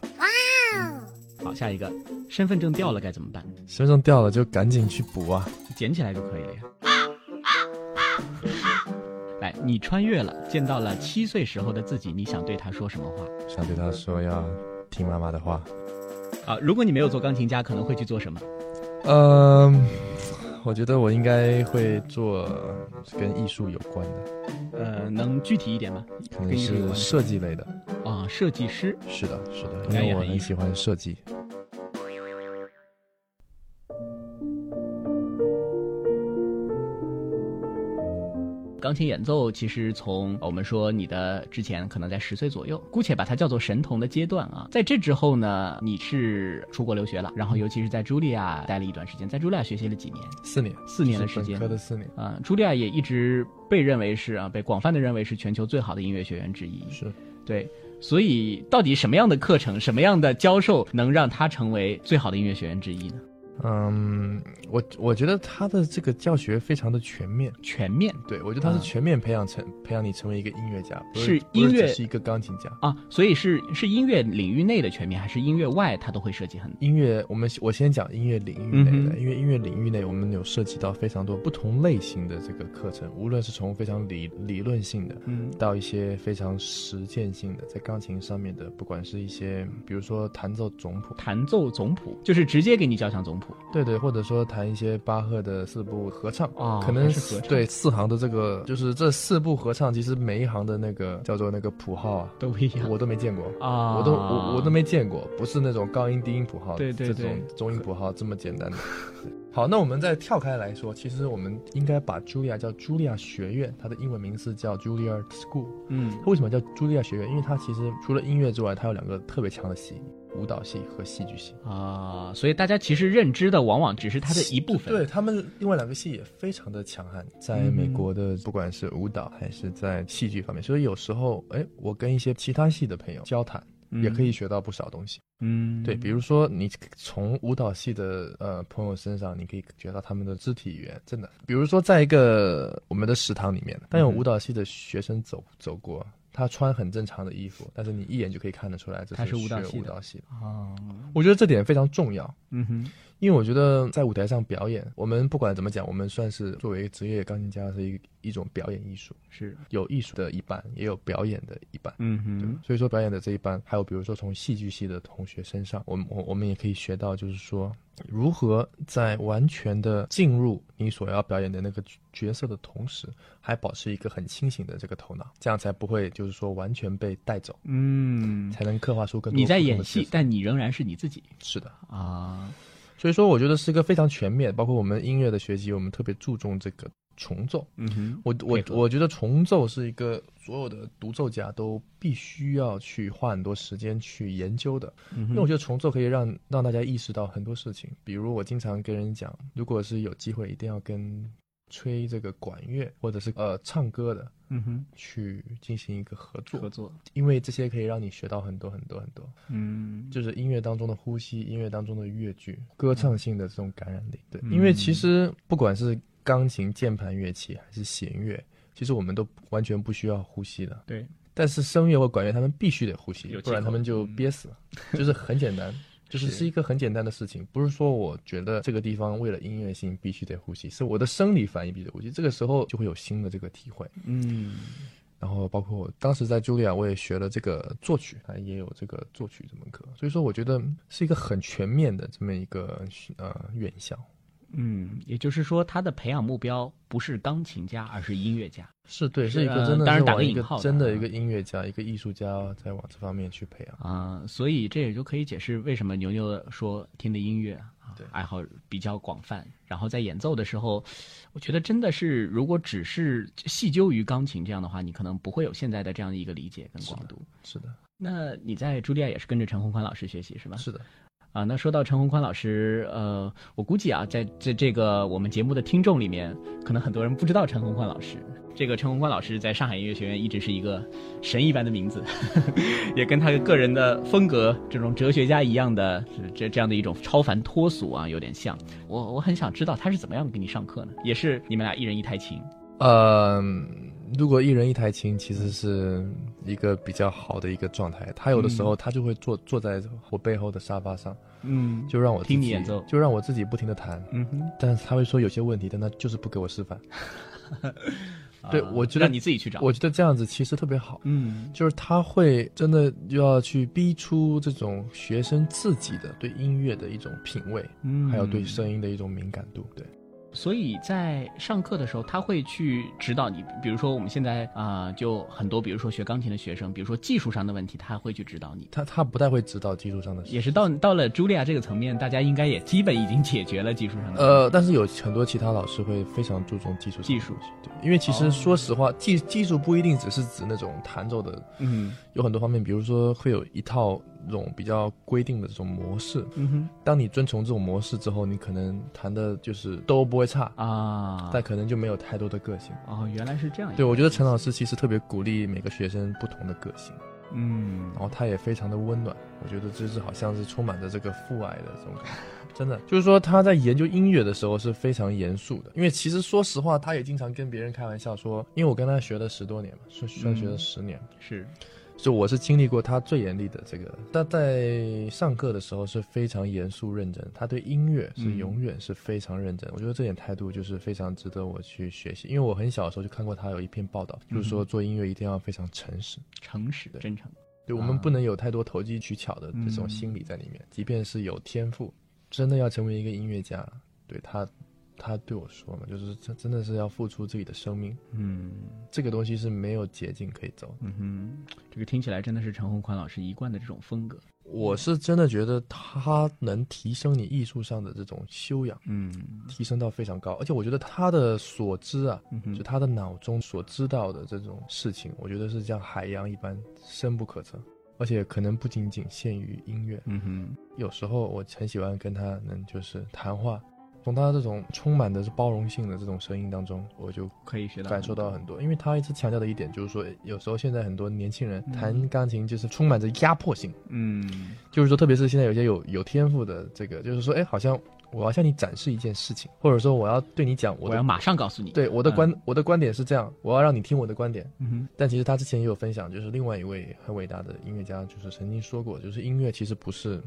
A: 好，下一个，身份证掉了该怎么办？
B: 身份证掉了就赶紧去补啊！
A: 捡起来就可以了呀。来，你穿越了，见到了七岁时候的自己，你想对他说什么话
B: 想对他说要听妈妈的话。
A: 啊？如果你没有做钢琴家，可能会去做什么？
B: 嗯、我觉得我应该会做跟艺术有关的，
A: 呃，能具体一点吗？
B: 可
A: 跟
B: 能
A: 艺术有
B: 是
A: 关
B: 设计类的。
A: 啊，设计师。
B: 是的，是的，
A: 那
B: 因
A: 也
B: 为我
A: 很艺
B: 很
A: 术
B: 喜欢设计。
A: 钢琴演奏其实从我们说你的之前可能在十岁左右，姑且把它叫做神童的阶段啊，在这之后呢，你是出国留学了，然后尤其是在茱莉亚待了一段时间，在茱莉亚学习了几年，
B: 四年，
A: 四年的
B: 是
A: 时间
B: 本科的四年，
A: 啊、茱莉亚也一直被认为是啊，被广泛的认为是全球最好的音乐学院之一。
B: 是
A: 对，所以到底什么样的课程、什么样的教授能让他成为最好的音乐学院之一呢？
B: 嗯，我我觉得他的这个教学非常的全面，
A: 全面
B: 对我觉得他是
A: 嗯
B: 全面培养成、培养你成为一个音乐家，不
A: 是
B: 不是
A: 音乐
B: 只是一个钢琴家。
A: 啊，所以是是音乐领域内的全面，还是音乐外他都会涉及很
B: 音乐，我们我先讲音乐领域内
A: 嗯
B: 的，
A: 哼
B: 因为音乐领域内我们有涉及到非常多不同类型的这个课程，无论是从非常理理论性的，
A: 嗯
B: 到一些非常实践性的，在钢琴上面的，不管是一些比如说弹奏总谱，
A: 弹奏总谱，就是直接给你交响总谱
B: 对对，或者说弹一些巴赫的四部合唱，
A: 哦
B: 可能
A: 还是合唱
B: 对四行的这个，就是这四部合唱，其实每一行的那个叫做那个谱号啊，
A: 都不一样
B: 我都没见过。
A: 啊，
B: 我都我我都没见过，不是那种高音低音谱号，
A: 对对
B: 这
A: 对
B: 种中音谱号这么简单的。对好，那我们再跳开来说，其实我们应该把茱莉亚叫茱莉亚学院，它的英文名是叫 Juilliard School。
A: 嗯
B: 它为什么叫茱莉亚学院？因为它其实除了音乐之外，它有两个特别强的系，舞蹈系和戏剧系。
A: 啊、所以大家其实认知的往往只是它的一部分，
B: 对他们另外两个系也非常的强悍，在美国
A: 嗯
B: 的不管是舞蹈还是在戏剧方面，所以有时候，哎，我跟一些其他系的朋友交谈，
A: 嗯
B: 也可以学到不少东西。
A: 嗯
B: 对，比如说你从舞蹈系的呃朋友身上，你可以觉到他们的肢体语言，真的。比如说在一个我们的食堂里面，当
A: 嗯
B: 有舞蹈系的学生走走过，他穿很正常的衣服，但是你一眼就可以看得出来，这
A: 他是舞蹈
B: 学
A: 系
B: 舞
A: 的
B: 蹈系的。
A: 啊，
B: 我觉得这点非常重要。
A: 嗯哼。
B: 因为我觉得在舞台上表演，我们不管怎么讲，我们算是作为职业钢琴家是一一种表演艺术，
A: 是，
B: 有艺术的一半，也有表演的一半。
A: 嗯
B: 对
A: 哼，
B: 所以说表演的这一半，还有比如说从戏剧系的同学身上，我们我我们也可以学到，就是说如何在完全的进入你所要表演的那个角角色的同时，还保持一个很清醒的这个头脑，这样才不会就是说完全被带走，
A: 嗯，
B: 才能刻画出更多
A: 你在
B: 不同的
A: 演戏
B: 角，色
A: 但你仍然是你自己
B: 是的。
A: 啊，
B: 所以说，我觉得是一个非常全面，包括我们音乐的学习，我们特别注重这个重奏。
A: 嗯哼，
B: 我我
A: 配合
B: 我觉得重奏是一个所有的独奏家都必须要去花很多时间去研究的，
A: 嗯
B: 因
A: 哼
B: 为我觉得重奏可以让让大家意识到很多事情。比如我经常跟人讲，如果是有机会，一定要跟吹这个管乐或者是呃唱歌的
A: 嗯哼，
B: 去进行一个合作，
A: 合作，
B: 因为这些可以让你学到很多很多很多，
A: 嗯，
B: 就是音乐当中的呼吸，音乐当中的乐句，歌唱性的这种感染力。对，
A: 嗯
B: 因为其实不管是钢琴、键盘乐器还是弦乐，其实我们都完全不需要呼吸的。
A: 对，
B: 但是声乐或管乐，他们必须得呼吸
A: 有，气
B: 不然
A: 口嗯
B: 他们就憋死了。就是很简 单，就是
A: 是
B: 是一个很简单的事情，不是说我觉得这个地方为了音乐性必须得呼吸，是我的生理反应必须得呼吸。这个时候就会有新的这个体会。
A: 嗯，
B: 然后包括我当时在茱莉亚，我也学了这个作曲，它也有这个作曲这门课，所以说我觉得是一个很全面的这么一个呃院校。
A: 嗯，也就是说，他的培养目标不是钢琴家，而是音乐家。
B: 是对，
A: 是
B: 是一个
A: 呃
B: 真的
A: 当然
B: 是
A: 打
B: 往
A: 个
B: 一
A: 引
B: 个
A: 号的
B: 真的
A: 啊
B: 一个音乐家、一个艺术家在往这方面去培养。
A: 啊、所以这也就可以解释为什么牛牛说听的音乐啊
B: 对
A: 爱好比较广泛，然后在演奏的时候，我觉得真的是如果只是细究于钢琴这样的话，你可能不会有现在的这样的一个理解跟
B: 是的
A: 广度。
B: 是的，
A: 那你在茱莉亚也是跟着陈宏宽老师学习是吧？
B: 是的，
A: 啊，那说到陈宏宽老师，呃，我估计啊，在这这个我们节目的听众里面，可能很多人不知道陈宏宽老师。这个陈宏宽老师在上海音乐学院一直是一个神一般的名字， 也跟他个人的风格，这种哲学家一样的这这样的一种超凡脱俗啊，有点像。我我很想知道他是怎么样给你上课呢？也是你们俩一人一台琴，
B: 呃，如果一人一台琴，其实是一个比较好的一个状态。他有的时候他就会坐坐在我背后的沙发上，
A: 嗯
B: 就让我自
A: 听你
B: 己
A: 演奏
B: 就让我自己不停的弹。
A: 嗯哼，
B: 但是他会说有些问题，但他就是不给我示范。对
A: 啊
B: 我觉得
A: 让你自己去找，
B: 我觉得这样子其实特别好，
A: 嗯
B: 就是他会真的又要去逼出这种学生自己的对音乐的一种品味，
A: 嗯，
B: 还有对声音的一种敏感度。对，
A: 所以在上课的时候，他会去指导你。比如说我们现在啊、呃就很多，比如说学钢琴的学生，比如说技术上的问题，他会去指导你。
B: 他他不太会指导技术上的事，
A: 也是到到了茱莉亚这个层面，大家应该也基本已经解决了技术上的问题
B: 呃，但是有很多其他老师会非常注重技术上的
A: 技术
B: 东西，对，因为其实
A: 哦
B: 说实话，技技术不一定只是指那种弹奏的，
A: 嗯
B: 有很多方面，比如说会有一套这种比较规定的这种模式，
A: 嗯哼
B: 当你遵从这种模式之后，你可能弹的就是都不会差，
A: 啊，
B: 但可能就没有太多的个性。
A: 哦，原来是这样一个。
B: 对，我觉得陈老师其实特别鼓励每个学生不同的个性，
A: 嗯，
B: 然后他也非常的温暖，我觉得就是好像是充满着这个父爱的这种感觉，真的就是说他在研究音乐的时候是非常严肃的，因为其实说实话，他也经常跟别人开玩笑说，因为我跟他学了十多年嘛，算算学了
A: 嗯
B: 十年，
A: 是
B: 就我是经历过他最严厉的这个，他在上课的时候是非常严肃认真，他对音乐是
A: 嗯
B: 永远是非常认真。我觉得这点态度就是非常值得我去学习，因为我很小的时候就看过他有一篇报道，
A: 嗯
B: 就是说做音乐一定要非常诚实，
A: 诚实
B: 对
A: 真诚。
B: 对我
A: 啊
B: 们不能有太多投机取巧的这种
A: 嗯
B: 心理在里面。即便是有天赋，真的要成为一个音乐家，对他，他对我说嘛，就是真真的是要付出自己的生命，
A: 嗯
B: 这个东西是没有捷径可以走的。
A: 嗯哼，这个听起来真的是陈洪宽老师一贯的这种风格。
B: 我是真的觉得他能提升你艺术上的这种修养，
A: 嗯
B: 提升到非常高。而且我觉得他的所知啊，
A: 嗯哼
B: 就他的脑中所知道的这种事情，我觉得是像海洋一般深不可测。而且可能不仅仅限于音乐，
A: 嗯哼
B: 有时候我很喜欢跟他能就是谈话，从他这种充满的是包容性的这种声音当中，我就
A: 可以学到
B: 感受到很多。因为他一直强调的一点就是说，有时候现在很多年轻人
A: 嗯
B: 弹钢琴就是充满着压迫性。
A: 嗯
B: 就是说，特别是现在有些有有天赋的这个，就是说，哎，好像我要向你展示一件事情，或者说我要对你讲我
A: 我
B: 的
A: 要嗯马上告诉你。
B: 对我的观、我的观点是这样，我要让你听我的观点。
A: 嗯哼
B: 但其实他之前也有分享，就是另外一位很伟大的音乐家，就是曾经说过，就是音乐其实不是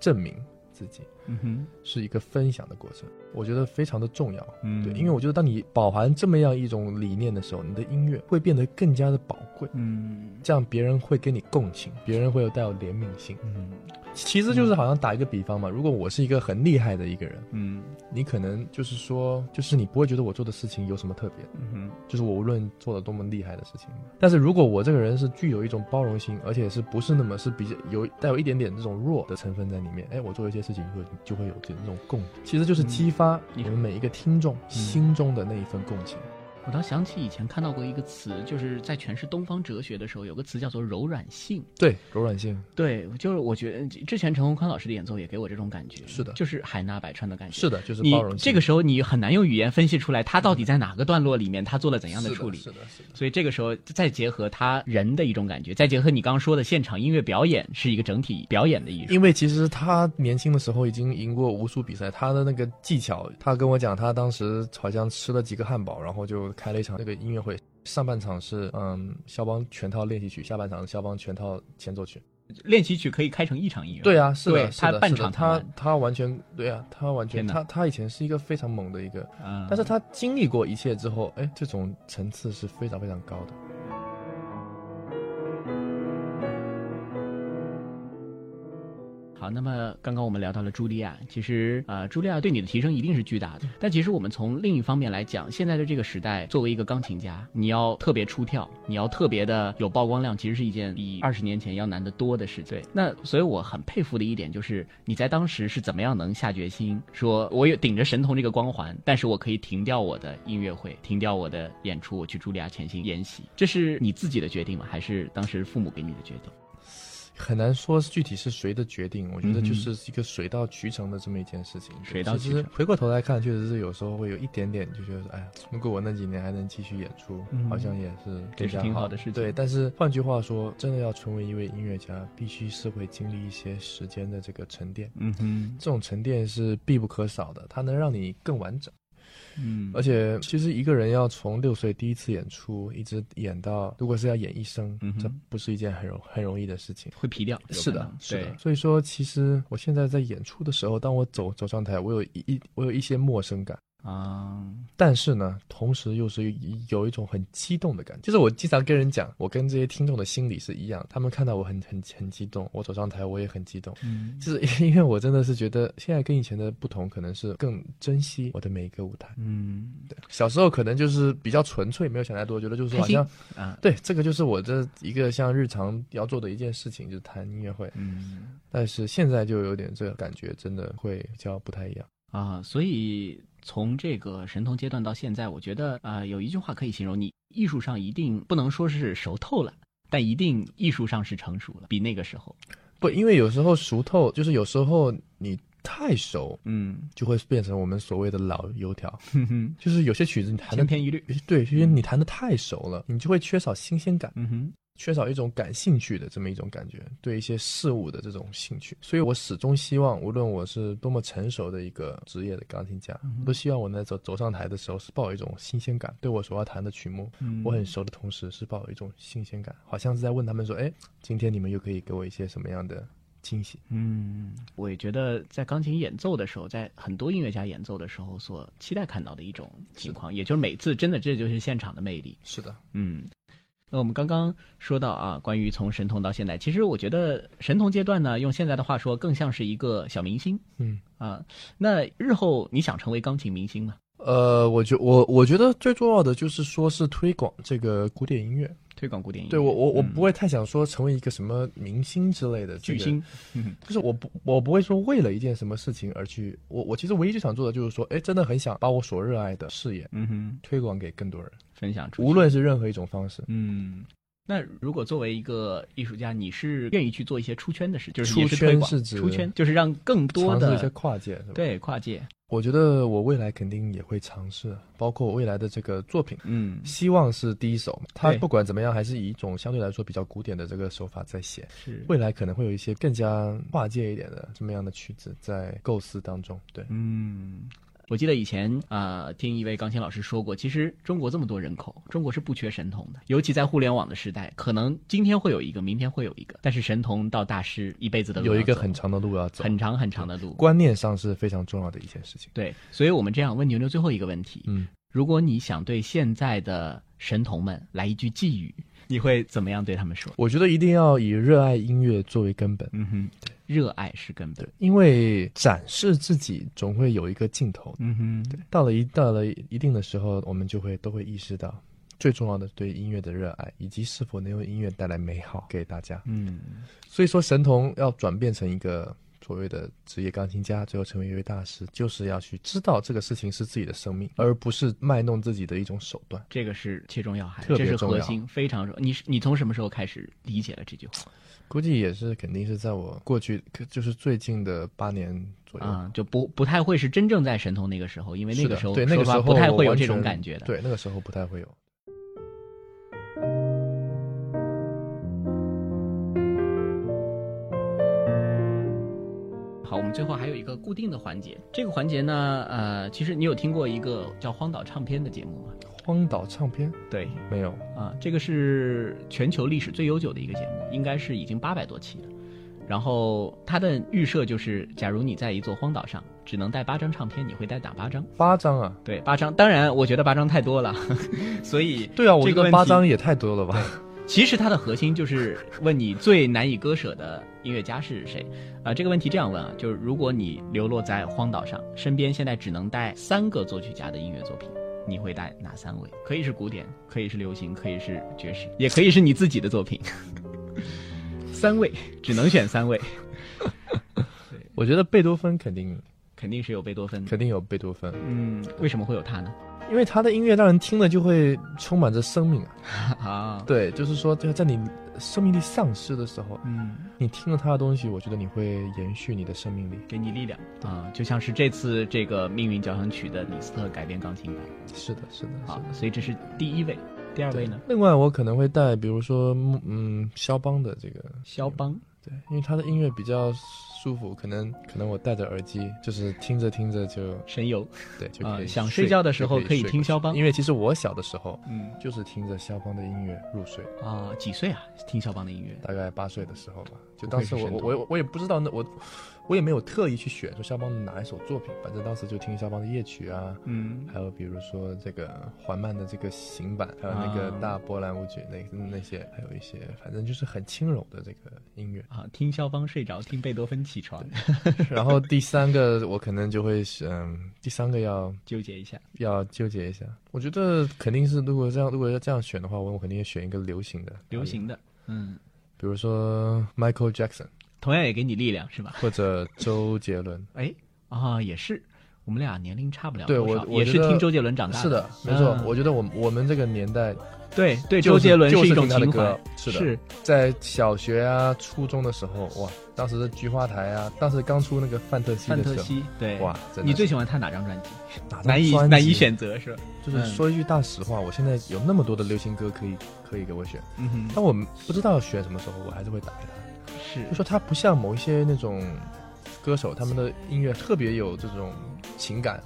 B: 证明自己，
A: 嗯哼
B: 是一个分享的过程。我觉得非常的重要。
A: 嗯，
B: 对，因为我觉得当你饱含这么样一种理念的时候，你的音乐会变得更加的宝贵，
A: 嗯
B: 这样别人会跟你共情，别人会有带有怜悯心。
A: 嗯
B: 其实就是好像打一个比方嘛，如果我是一个很厉害的一个人，
A: 嗯
B: 你可能就是说，就是你不会觉得我做的事情有什么特别，
A: 嗯哼
B: 就是我无论做了多么厉害的事情。但是如果我这个人是具有一种包容心，而且是不是那么是比较有带有一点点这种弱的成分在里面，哎，我做一些事情会就会有这种共鸣，其实就是激发我
A: 嗯
B: 们每一个听众心中的那一份共情。
A: 我倒想起以前看到过一个词，就是在诠释东方哲学的时候，有个词叫做柔软性。
B: 对，柔软性
A: 对，就是我觉得之前陈洪宽老师的演奏也给我这种感觉，
B: 是的
A: 就是海纳百川的感觉。
B: 是的，就是
A: 你
B: 包容性。
A: 这个时候你很难用语言分析出来他到底在哪个段落里面他做了怎样的
B: 是
A: 处理。
B: 是的，是的。
A: 所以这个时候再结合他人的一种感觉，再结合你刚刚说的现场音乐表演是一个整体表演的艺术。
B: 因为其实他年轻的时候已经赢过无数比赛，他的那个技巧，他跟我讲，他当时好像吃了几个汉堡，然后就开了一场那个音乐会。上半场是嗯肖邦全套练习曲，下半场是肖邦全套前奏曲。
A: 练习曲可以开成一场音乐。
B: 对啊，是的，
A: 对
B: 是
A: 他
B: 的，
A: 半
B: 是的
A: 场弹
B: 他
A: 完
B: 他完全对啊，他完
A: 天
B: 全
A: 哪
B: 他他以前是一个非常猛的一个，
A: 嗯，
B: 但是他经历过一切之后，哎，这种层次是非常非常高的。
A: 好，那么刚刚我们聊到了茱莉亚，其实呃，茱莉亚对你的提升一定是巨大的。但其实我们从另一方面来讲，现在的这个时代，作为一个钢琴家，你要特别出挑，你要特别的有曝光量，其实是一件比二十年前要难得多的事情。那所以我很佩服的一点就是，你在当时是怎么样能下决心说，我有顶着神童这个光环，但是我可以停掉我的音乐会，停掉我的演出，我去茱莉亚潜心研习，这是你自己的决定吗？还是当时父母给你的决定？
B: 很难说具体是谁的决定，我觉得
A: 嗯哼
B: 就是一个水到渠成的这么一件事情。对
A: 水到渠成
B: 其实回过头来看，确实是有时候会有一点点就觉得说，哎呀，如果我那几年还能继续演出，
A: 嗯
B: 好像也是
A: 也
B: 更
A: 是
B: 加
A: 挺好的事情
B: 对，但是换句话说，真的要成为一位音乐家，必须是会经历一些时间的这个沉淀。
A: 嗯哼，
B: 这种沉淀是必不可少的，它能让你更完整。
A: 嗯
B: 而且，其实一个人要从六岁第一次演出，一直演到，如果是要演一生，
A: 嗯哼
B: 这不是一件很容很容易的事情。
A: 会皮掉，有
B: 是
A: 可
B: 的
A: 能，
B: 是
A: 对
B: 的。所以说，其实我现在在演出的时候，当我走走上台，我有一一我有一些陌生感，
A: 啊，
B: 但是呢，同时又是有一种很激动的感觉。就是我经常跟人讲，我跟这些听众的心理是一样，他们看到我很很很激动，我走上台我也很激动。
A: 嗯
B: 就是因为我真的是觉得现在跟以前的不同，可能是更珍惜我的每一个舞台。
A: 嗯，
B: 小时候可能就是比较纯粹，没有想太多，觉得就是
A: 开
B: 好
A: 心
B: 像
A: 啊，
B: 对这个就是我这一个像日常要做的一件事情，就是谈音乐会。
A: 嗯
B: 但是现在就有点这个感觉，真的会比较不太一样。
A: 啊，所以从这个神童阶段到现在，我觉得啊、呃有一句话可以形容你，艺术上一定不能说是熟透了，但一定艺术上是成熟了，比那个时候，
B: 不，因为有时候熟透，就是有时候你太熟，
A: 嗯，
B: 就会变成我们所谓的老油条。
A: 哼哼，
B: 就是有些曲子你弹的
A: 千篇一律，
B: 对，因为你弹的太熟了，你就会缺少新鲜感，
A: 嗯哼，
B: 缺少一种感兴趣的这么一种感觉，对一些事物的这种兴趣。所以我始终希望，无论我是多么成熟的一个职业的钢琴家，
A: 嗯
B: 我都希望我在走走上台的时候是抱有一种新鲜感，对我所要弹的曲目，
A: 嗯
B: 我很熟的同时是抱有一种新鲜感，好像是在问他们说，哎，今天你们又可以给我一些什么样的惊喜？
A: 嗯，我也觉得在钢琴演奏的时候，在很多音乐家演奏的时候所期待看到的一种情况，也就是每次真的这就是现场的魅力。
B: 是的，
A: 嗯，那我们刚刚说到啊，关于从神童到现在，其实我觉得神童阶段呢，用现在的话说，更像是一个小明星
B: 嗯。
A: 啊。那日后你想成为钢琴明星吗？
B: 呃，我觉我我觉得最重要的就是说是推广这个古典音乐，
A: 推广古典音乐，
B: 对我我我
A: 嗯
B: 不会太想说成为一个什么明星之类的
A: 巨
B: 这个
A: 星， 嗯
B: 就是我不我不会说为了一件什么事情而去，我我其实唯一就想做的就是说，哎，真的很想把我所热爱的事业
A: 嗯哼，
B: 推广给更多人，
A: 分享出去
B: 无论是任何一种方式。
A: 嗯。那如果作为一个艺术家，你是愿意去做一些出圈的事，就是
B: 出
A: 也是推
B: 圈
A: 广
B: 是指
A: 出圈，就是让更多
B: 尝试一些
A: 的
B: 跨界，是吧？，
A: 对跨界，
B: 我觉得我未来肯定也会尝试，包括我未来的这个作品，
A: 嗯，
B: 希望是第一手。它
A: 对
B: 不管怎么样，还是以一种相对来说比较古典的这个手法在写。
A: 是
B: 未来可能会有一些更加跨界一点的这么样的曲子在构思当中。对，
A: 嗯，我记得以前呃，听一位钢琴老师说过，其实中国这么多人口，中国是不缺神童的，尤其在互联网的时代，可能今天会有一个，明天会有一个，但是神童到大师一辈子的路
B: 有一
A: 要
B: 个
A: 走
B: 很长的路要走，
A: 嗯很长很长的路。
B: 观念上是非常重要的一件事情。
A: 对，所以我们这样问牛牛最后一个问题：
B: 嗯，
A: 如果你想对现在的神童们来一句寄语，你会怎么样对他们说？
B: 我觉得一定要以热爱音乐作为根本，
A: 嗯哼，热爱是根本
B: 对。，因为展示自己总会有一个尽头。
A: 嗯哼，对，
B: 到了一到了一定的时候，我们就会都会意识到，最重要的对音乐的热爱，以及是否能用音乐带来美好给大家。
A: 嗯
B: 所以说，神童要转变成一个所谓的职业钢琴家，最后成为一位大师，就是要去知道这个事情是自己的生命，而不是卖弄自己的一种手段。
A: 这个是切中要害，
B: 特
A: 这
B: 别
A: 是
B: 重
A: 核
B: 要
A: 心，非常重要。你是你从什么时候开始理解了这句话？
B: 估计也是肯定是在我过去，可就是最近的八年左右。
A: 啊、就不不太会是真正在神童那个时候，因为那
B: 是
A: 个
B: 的
A: 时候
B: 对那个
A: 说
B: 时
A: 实
B: 候
A: 话不太
B: 我
A: 会有
B: 完
A: 这种
B: 全
A: 感觉的。，
B: 对，那个时候不太会有。
A: 好，我们最后还有一个固定的环节，这个环节呢，呃，其实你有听过一个叫荒岛唱片的节目吗？
B: 荒岛唱片
A: 对，
B: 没有，
A: 啊、这个是全球历史最悠久的一个节目，应该是已经八百多期了。然后它的预设就是，假如你在一座荒岛上，只能带八张唱片，你会带哪八张？
B: 八张啊？
A: 对，八张。当然，我觉得八张太多了， 所以
B: 对啊，我
A: 这
B: 觉
A: 个
B: 得
A: 问
B: 八
A: 题
B: 张也太多了吧？
A: 其实它的核心就是问你最难以割舍的音乐家是谁啊、这个问题这样问啊，就是如果你流落在荒岛上，身边现在只能带三个作曲家的音乐作品，你会带哪三位？可以是古典，可以是流行，可以是爵士，也可以是你自己的作品。 三位，只能选三位，
B: 我觉得贝多芬肯定
A: 肯定是有贝多芬。
B: 肯定有贝多芬，
A: 嗯，为什么会有他呢？
B: 因为他的音乐让人听了就会充满着生命啊。
A: 啊，
B: 对，就是说，就在你生命力丧失的时候，
A: 嗯，
B: 你听了他的东西，我觉得你会延续你的生命力。
A: 给你力量啊、就像是这次这个《命运交响曲》的李斯特改编钢琴版。
B: 是的，是的，是
A: 好
B: 的，。
A: 啊所以这是第一位，第二位呢？
B: 另外，我可能会带，比如说，嗯，肖邦的这个
A: 肖邦，
B: 对，因为他的音乐比较舒服，可能可能我戴着耳机，就是听着听着就
A: 神游，
B: 对就
A: 啊
B: 可以、
A: 想睡
B: 睡
A: 觉的时
B: 就
A: 候可
B: 可
A: 以
B: 睡
A: 听
B: 过去
A: 肖邦
B: 因为其实我小的时候
A: 嗯
B: 就是听着肖邦的音乐入睡。
A: 啊，几岁啊？听肖邦的音乐
B: 大概八岁的时候吧，就
A: 不
B: 当
A: 愧
B: 时
A: 是
B: 我
A: 神
B: 我我也我也不知道那我我也没有特意去选说肖邦的哪一首作品，反正当时就听肖邦的夜曲啊，
A: 嗯
B: 还有比如说这个缓慢的这个行板，还有那个
A: 啊。
B: 大波兰舞曲那那些，还有一些反正就是很轻柔的这个音乐
A: 啊，听肖邦睡着，听贝多芬起床，
B: 然后第三个我可能就会嗯，第三个要
A: 纠结一下。
B: 要纠结一下，我觉得肯定是如果这样如果要这样选的话，我我肯定要选一个流行的
A: 流，行的，嗯，
B: 比如说 Michael Jackson
A: 同样也给你力量是吧？
B: 或者周 杰伦。
A: 哎，啊，也是，我们俩年龄差不了
B: 对
A: 多
B: 我
A: 少，
B: 我
A: 也
B: 觉
A: 是
B: 得
A: 听周杰伦长大
B: 是
A: 的
B: 的，，没错。
A: 嗯
B: 我觉得我们我们这个年代
A: 对对，
B: 就
A: 周杰伦
B: 就是
A: 一种
B: 听他的
A: 情
B: 歌
A: 怀，，
B: 是的，
A: 是
B: 在小学啊、初中的时候，哇，当时的菊花台啊，当时刚出那个范特西
A: 范
B: 的
A: 特
B: 时候，
A: 西，对，
B: 哇，真的
A: 你最
B: 是
A: 喜欢他哪张专辑？
B: 哪张
A: 难以
B: 专
A: 难以
B: 辑，
A: 选择是吧？
B: 就是
A: 嗯
B: 说一句大实话，我现在有那么多的流行歌可以可以给我选，
A: 嗯哼，
B: 但我不知道选什么时候，我还是会打开它。
A: 是
B: 就说它不像某一些那种歌手，他们的音乐特别有这种情感，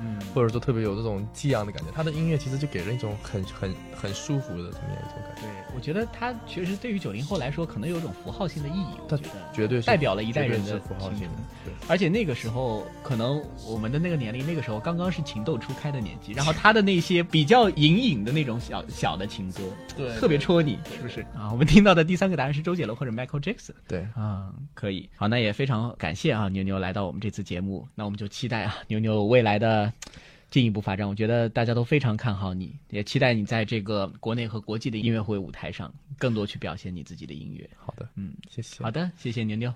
A: 嗯，
B: 或者说特别有这种激昂的感觉，他的音乐其实就给人一种很很很舒服的这么样一种感觉。
A: 对，我觉得他其实对于九零后来说，可能有一种符号性的意义，我
B: 它
A: 觉得。
B: 绝对是
A: 代表了一代
B: 绝对
A: 人的
B: 是符号
A: 青
B: 性的
A: 春，
B: 对，
A: 而且那个时候，可能我们的那个年龄，那个时候刚刚是情窦初开的年纪，然后他的那些比较隐隐的那种小小的情歌，
B: 对
A: 特别戳你，是不是啊？我们听到的第三个答案是周杰伦或者 Michael Jackson
B: 对，
A: 啊，可以。好，那也非常感谢啊牛牛来到我们这次节目，那我们就期待啊牛牛未来的进一步发展。我觉得大家都非常看好你，也期待你在这个国内和国际的音乐会舞台上更多去表现你自己的音乐。
B: 好的，
A: 嗯，
B: 谢谢。
A: 好的，谢谢牛牛。